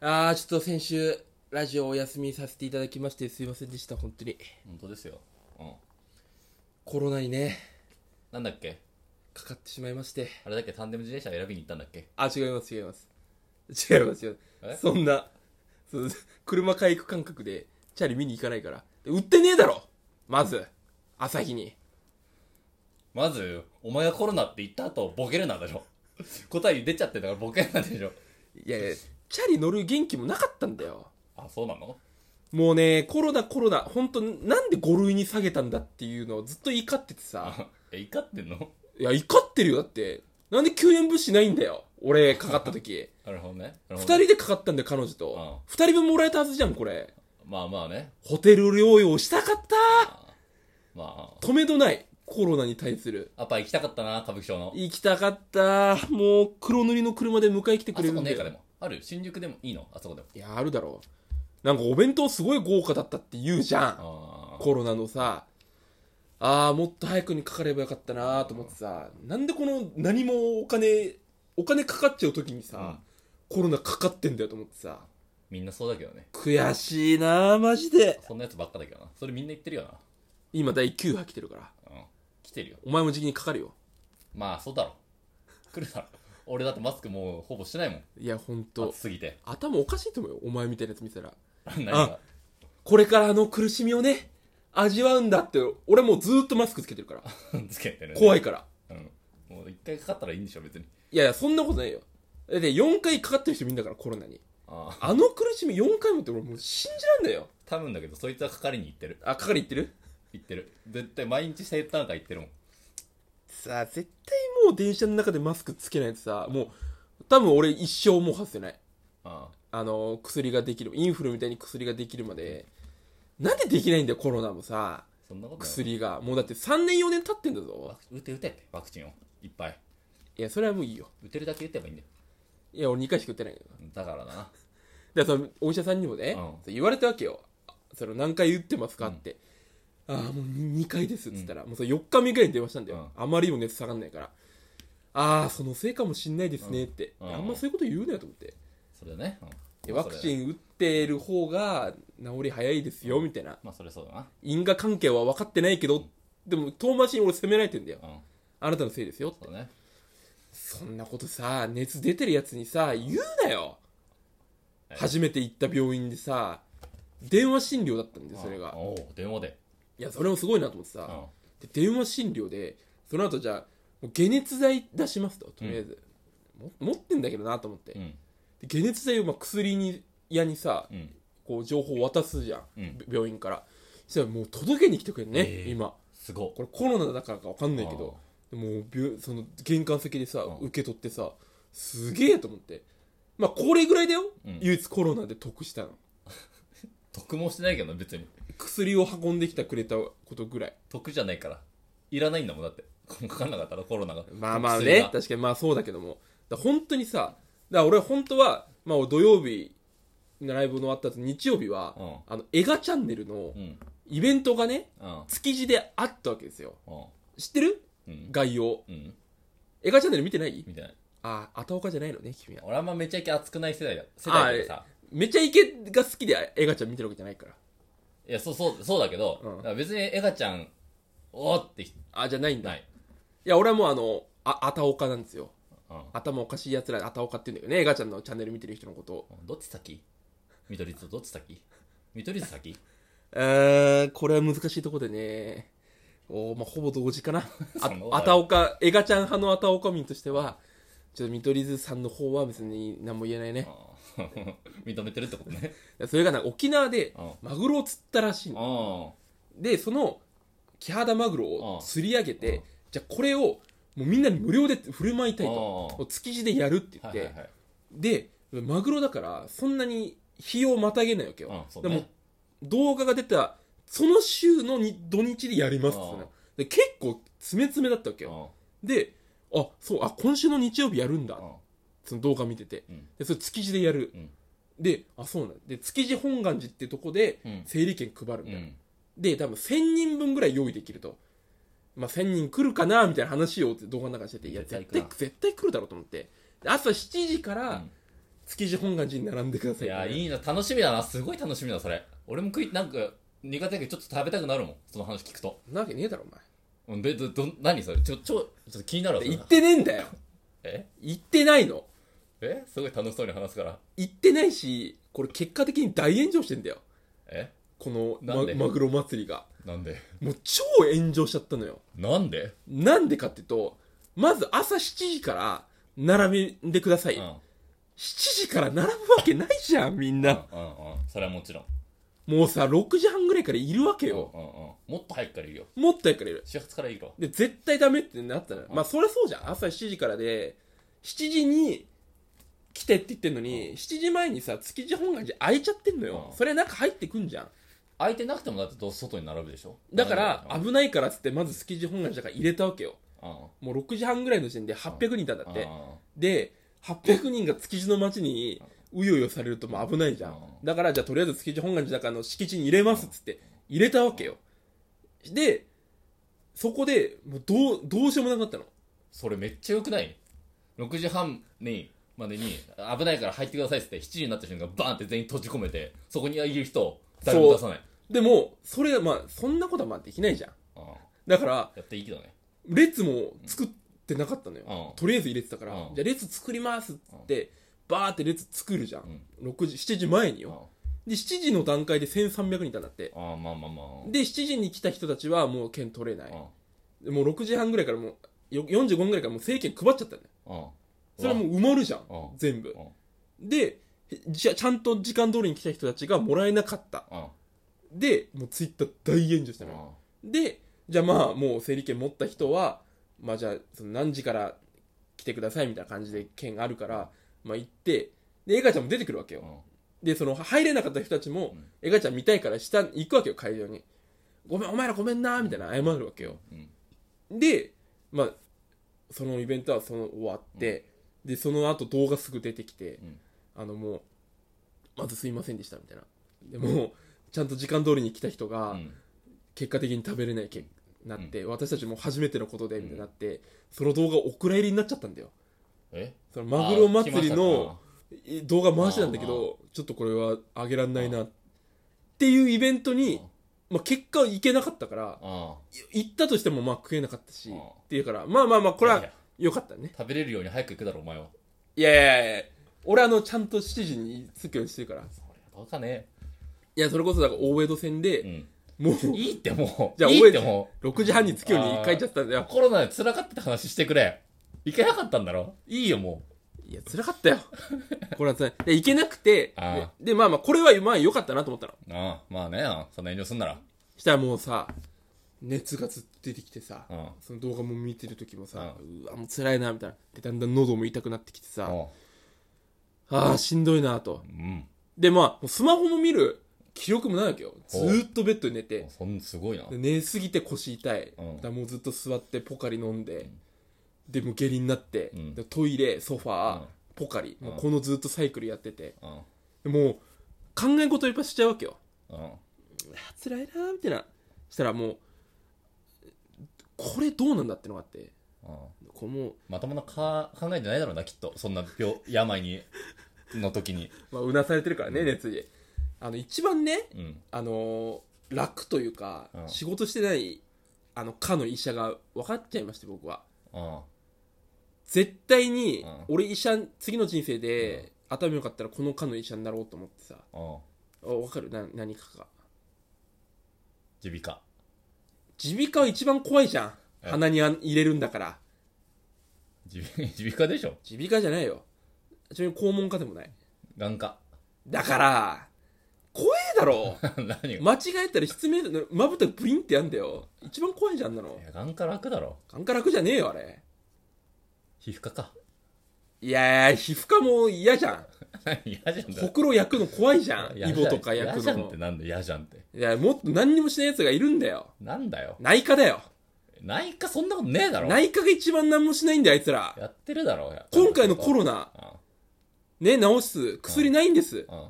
あー、ちょっと先週、ラジオお休みさせていただきまして、すいませんでした、本当に。本当ですよ、うん、コロナにね、なんだっけかかってしまいまして。あれだっけタンデム自転車選びに行ったんだっけあ、違います、違います。違います、違いまえす。そんな、そう車買い行く感覚で、チャリ見に行かないから。で売ってねえだろまず、朝日に。まずお前がコロナって言った後ボケるなんだろ 答え出ちゃってたからボケるなんでしょいやいや、チャリ乗る元気もなかったんだよ。あそうなの もうね、コロナコロナ、本当なんで5類に下げたんだっていうのをずっと怒ってて さ。あえ怒ってんのいや、怒ってるよ、だって。なんで救援物資ないんだよ。俺、かかった時。なるほどね二なるほど人でかかったんだよ、彼女と。二人分もらえたはずじゃん、これ。まあまあねホテル療養したかったま止めどない。コロナに対する。あやっぱ行きたかったな歌舞伎町の行きたかった。もう、黒塗りの車で迎え来てくあれそるこんだねえかでよ。もある新宿でもいいのあそこでもいや、あるだろう。なんかお弁当すごい豪華だったって言うじゃん。あコロナのさ、ああ、もっと早くにかかればよかったなと思ってさ、なんでこの何もお金、お金かかっちゃう時にさ、コロナかかってんだよと思ってさ、みんなそうだけどね悔しいなマジで。そんなやつばっかだけどなそれみんな言ってるよ今第9波来てるから、なうん来てるよお前も時期にかかるよ。まあそうだろ来るだろ俺だってマスクもうほぼしてないもんいや、ほんと暑。すぎて頭おかしいと思うよ、お前みたいなやつ見せたら。何がこれからの苦しみをね、味わうんだって、俺もうずーっとマスクつけてるから。つけてるね怖いから。うん、もう一回かかったらいいんでしょ別にいやいや、そんなことないよ。だって4回かかってる人みんなから、コロナに。あああの苦しみ4回もって俺もう信じらんないよ。多分だけどそいつはかかりに行ってるあ、係言ってる行ってる絶対毎日生誕会行ってるもんさあ、絶対もう電車の中でマスクつけないとさ、もう、多分俺一生もう外せない。ああの、薬ができる、インフルみたいに薬ができるまで。なんでできないんだよ、コロナもさ、あそんなことない薬が。もうだって3年4年経ってんだワぞ。ク打て打てってワクチンをいっぱいいや、それはもういいよ。打てるだけ打てばいいんだよいや、俺2回しか打ってないけど。だからだなからそのお医者さんにもね、うんそう言われたわけよあその何回打ってますかって、ああもう2回ですっつったら、もうそれ4日目ぐらいに電話したんだよ、あまりにも熱下がんないからああそのせいかもしんないですねって、うんうんあんまそういうこと言うなよと思って、それね、うんいやワクチン打ってる方が治り早いですよみたいなまあそれそうだな因果関係は分かってないけど、でも遠回しに俺責められてんだようんあなたのせいですよってそうだねそんなことさ熱出てるやつにさ言うなよえ初めて行った病院でさ電話診療だったんでそれあがあおお電話でいやそれもすごいなと思ってうんさで電話診療でその後じゃあもう解熱剤出しますととりあえず、も持ってんだけどなと思って、うんで解熱剤をまあ薬に屋にさ、うんこう情報を渡すじゃん、うん病院からそしたらもう届けに来てくれるね、ええ今すごこれコロナだからか分かんないけどでもう病その玄関先でさ、うん受け取ってさすげえと思ってまあこれぐらいだよ、うん唯一コロナで得したの得もしてないけどな別に薬を運んできてくれたことぐらい得じゃないからいらないんだもんだってかかんなかったらコロナがまあまあ薬ねが確かにまあそうだけどもだから本当にさだから俺本当は、まあ、土曜日のライブの終わった後日曜日は、うあの映画チャンネルのうんイベントがねうん築地であったわけですようん知ってるうん概要うん映画チャンネル見てないみたいなあああたおかじゃないのね君は俺あんまめちゃイケ熱くない世代だ世代だけどさめちゃイケが好きで映画ちゃん見てるわけじゃないからいやそうそうそうだけど、うんだから別にエガちゃんおーってあじゃないんだないい、や俺はもうあのああたおかなんですようん頭おかしいやつらあたおかって言うんだけどね映画ちゃんのチャンネル見てる人のことをどっち先見取り図とどっち先見取り図先えー、これは難しいとこでねおーまあ、ほぼ同時かな そあんなことああるたおか映画ちゃん派のあたおか民としてはちょっと見取り図さんの方は別に何も言えないねうん 認めてるってことねそれがなんか沖縄でうんマグロを釣ったらしいのうんでそのキハダマグロを釣り上げうんうてんじゃあこれをもうみんなに無料で振る舞いたいうんうんうと築地でやるって言っはいて、はいはいでマグロだからそんなに日をまたげないわけよ、うんそうでねも動画が出たその週のに土日でやりますって言ったので結構詰め詰めだったわけうんよ、であそうあ今週の日曜日やるんだ、うんその動画見ててうんでそれ築地でやる、うんであそうなんだで築地本願寺ってとこでうん整理券配るんうだよ、んで多分1000人分ぐらい用意できるとまあ1000人来るかなみたいな話を動画の中でしてていや絶対絶対来るな絶対来るだろうと思ってで朝7時かうら、ん築地本願寺に並んでくださいい、や、いいな、楽しみだな、すごい楽しみだ、それ。俺も食い、なんか、苦手だけど、ちょっと食べたくなるもん、その話聞くと。なわけねえだろおうんで、ど、ど、何それちょ、ちょ、ちょっと気になるわ、前それ行ってねえんだよえ行ってないのえすごい楽しそうに話すから。行ってないしこれ結果的に大炎上してんだよえこのなまんでマグロ祭りがなんでもう超炎上しちゃったのよなんでなんでかっていうとまず朝7時から並んでください、うん。うん、う7ん、時から並ぶわけないじゃんみんな、うん。それはもちろん。もうさ6時半ぐらいからいるわけうん、うん、うんよ、。もっと早くからいるよ。もっとやからいる始発からいるよ。で絶対ダメってなったのよまあそりゃそうじゃん朝7時からで7時に来てって言ってんのに、7時前にさ築地本願寺開いちゃってんのよ、うんそれ中入ってくんじゃん空いてなくてもだってどう外に並ぶでしょだからうん、危ないからっつってまず築地本願寺だから入れたわけようん。もう6時半ぐらいの時点で800人いたんだって、うんで800人が築地の町にうようよされるともう危ないじゃん、うんだからじゃあとりあえず築地本願寺だからの敷地に入れますっつって入れたわけよでそこでもうどうどうしようもなくなったのそれめっちゃ良くない ?6 時半に、までに、危ないから入ってくださいっつって、7時になった瞬間、バーンって全員閉じ込めて、そこにいる人、誰も出さない。でもそれまあそんなことはまあできないじゃんうんだからやっていいけどね。列も作ってなかったのよ、うんとりあえず入れてたから、うんじゃあ列作りますっつって、バーって列作るじゃん、6時7時前にうんよ、で7時の段階で1300人いたんだってああ、まあまあまあ。で7時に来た人たちはもう券取れない、うんでもう6時半ぐらいからもうよ45分ぐらいからもう政権配っちゃったんだようん。それはもう埋まるじゃんうん全部でじゃちゃんと時間通りに来た人たちがもらえなかったうん。でもうツイッター大炎上したうのよん。でじゃあまあもう整理券持った人はまあじゃあその何時から来てくださいみたいな感じで券あるからまあ行ってでエガちゃんも出てくるわけよでその入れなかった人たちも、エガちゃん見たいから下に行くわけよ会場にごめんお前らごめんなみたいな謝るわけよ、でまあそのイベントはその終わって、でその後動画すぐ出てきて、んあのもうまずすいませんでしたみたいなでもちゃんと時間通りに来た人が、うん結果的に食べれないけなって、私たちも初めてのことでみたいになって、その動画お蔵入りになっちゃったんだよえそのマグロ祭りのあえ動画回してたんだけどちょっとこれはあげらんないなっていうイベントに、まあ、結果行けなかったからー来ましたかあい行ったとしてもまあ食えなかったしあっていうからまあまあまあこれいやはいや良かったねー食べれるように早く行くだろ、お前は。いやいやいや俺あのちゃんと7時に着くようにしてるからそりゃどうかね。いやそれこそだから大江戸線で、うん。もういいってもう。じゃあいいっても6時半に着くように帰っちゃったんだう。よコロナで辛かったって話してくれ。行けなかったんだろいいよ、もう。いや辛かったよ これは辛いで行けなくてあででまあまあこれはまあ良かったなと思ったのああ、まあね、そんな遠慮すんなら。したらもうさ熱がずっと出てきてさ、うんその動画も見てる時もさ、うわもう辛いなみたいなでだんだん喉も痛くなってきてさ、ああーしんどいなとうん。でまあもうスマホも見る気力もないわけよずーっとベッドで寝てそん、すごいな。で寝すぎて腰痛い、うんだからもうずっと座ってポカリ飲んで、でもう下痢になって、んでトイレソファー、うんポカリ、もううんこのずっとサイクルやっててうん。でもう考え事いっぱいしちゃうわけようん。あ辛いなーみたいなしたらもうこれどうなんだってのがあってうん。こうもう、まともなか考えてないだろうな、きっと。そんな病、病に、の時に。まあ、うなされてるからね、熱意あの一番ねうん。あのー楽というか、うん仕事してないあの科の医者が分かっちゃいまして僕はうん。絶対に、うん俺医者次の人生で、頭良かったらこの科の医者になろうと思ってさうん。あ分かるな何かが耳鼻科。耳鼻科は一番怖いじゃんえ鼻にあん入れるんだから耳鼻 耳鼻科でしょ耳鼻科じゃないよちなみに肛門科でもない眼科。 だから怖えだろ何が、い間違えたら失明だまぶたブリンってやんだよ一番怖いじゃんあんなのや眼科楽だろ。眼科楽じゃねえよあれ皮膚科か。 いやー皮膚科も嫌じゃん嫌じゃんだほくろ焼くの怖いじゃん嫌イじゃんボとか焼く嫌じゃんっのてなんで嫌じゃんって。いやもっと何にもしないやつがいるんだよなんだよ。内科だよ内科そんなことねえだろ。内科が一番何もしないんだよあいつらやってるだろ。今回のコロナナ。ね治す薬ないんですうん。うん。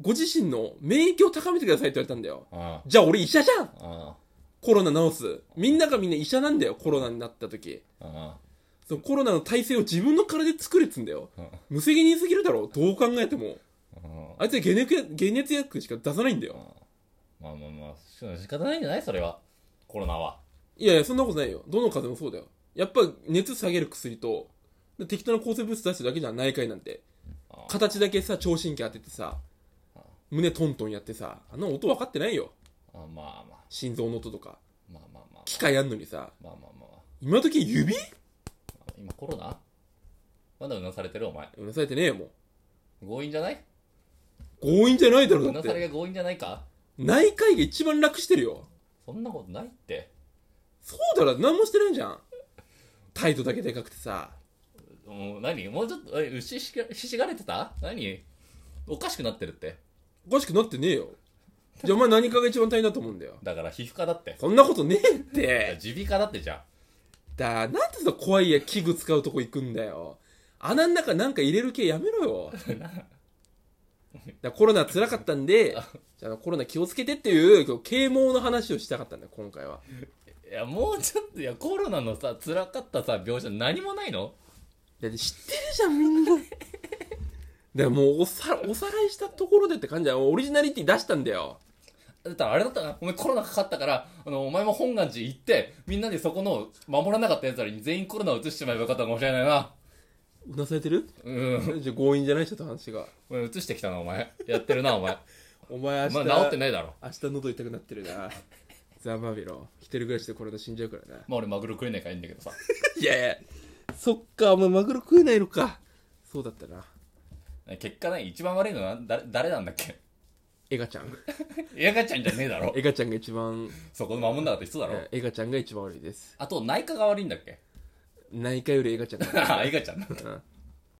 ご自身の免疫を高めてくださいって言われたんだようん。じゃあ俺医者じゃんうん。コロナ治すみんながみんな医者なんだよコロナになった時うん。そのコロナの体制を自分の体で作れっつうんだようん無責任すぎるだろどう考えてもうんあいつは解熱薬解熱薬しか出さないんだよまあまあまあ、し仕方ないんじゃないそれは。コロナは。いやいやそんなことないよどの風邪もそうだよやっぱ熱下げる薬と適当な抗生物質出してるだけじゃん内科医なんてあ形だけさ聴診器当ててさあ胸トントンやってさあんな音分かってないよあまあまあ、心臓の音とかまあまあまあ。機械あんのにさまあまあまあま今時指あ。今コロナまだうなされてるお前。うなされてねえよも強引じゃないう強引じゃないだろうだなっされてが強引じゃないか内科医が一番楽してるよそんなことないって。そうだろ何もしてないじゃん態度だけでかくてさうん、何もうちょっと、え牛しがししがれてた何おかしくなってるって。おかしくなってねえよじゃあお前何かが一番大変だと思うんだよだから皮膚科だって。そんなことねえっいやて耳鼻科だってじゃだなんでさ怖いや器具使うとこ行くんだよ穴ん中なんか入れる系やめろよだコロナ辛かったんでじゃあコロナ気をつけてっていう啓蒙の話をしたかったんだよ今回はあ。いや、もうちょっと、いや、コロナのさ、辛かったさ、描写何もないのだって知ってるじゃんみんなだからもうおさおさらいしたところでって感じだよオリジナリティ出したんだよだったらあれだったら、お前コロナかかったから、あの、お前も本願寺行って、みんなでそこの守らなかった奴らに全員コロナを移してしまえばよかったかもしれないな。うなされてるうん。じゃあ強引じゃない人と話がお前移してきたな、お前。やってるな、お 前。お前明ま日、あ、治ってないだろ。明日喉痛くなってるなザ・バビロン一人暮らしでコロナ死んじゃうからなまあ、俺マグロ食えないからいいんだけどさ。いやいやそっかお前マグロ食えないのかそうだったな結果ね、一番悪いのは誰、誰なんだっけ エガちゃんエガちゃんじゃねえだろ。エガちゃんが一番そこ守んなかった人だろ。えエガちゃんが一番悪いですあと、内科が悪いんだっけ 内科よりエガちゃんがあエガちゃんだ。うん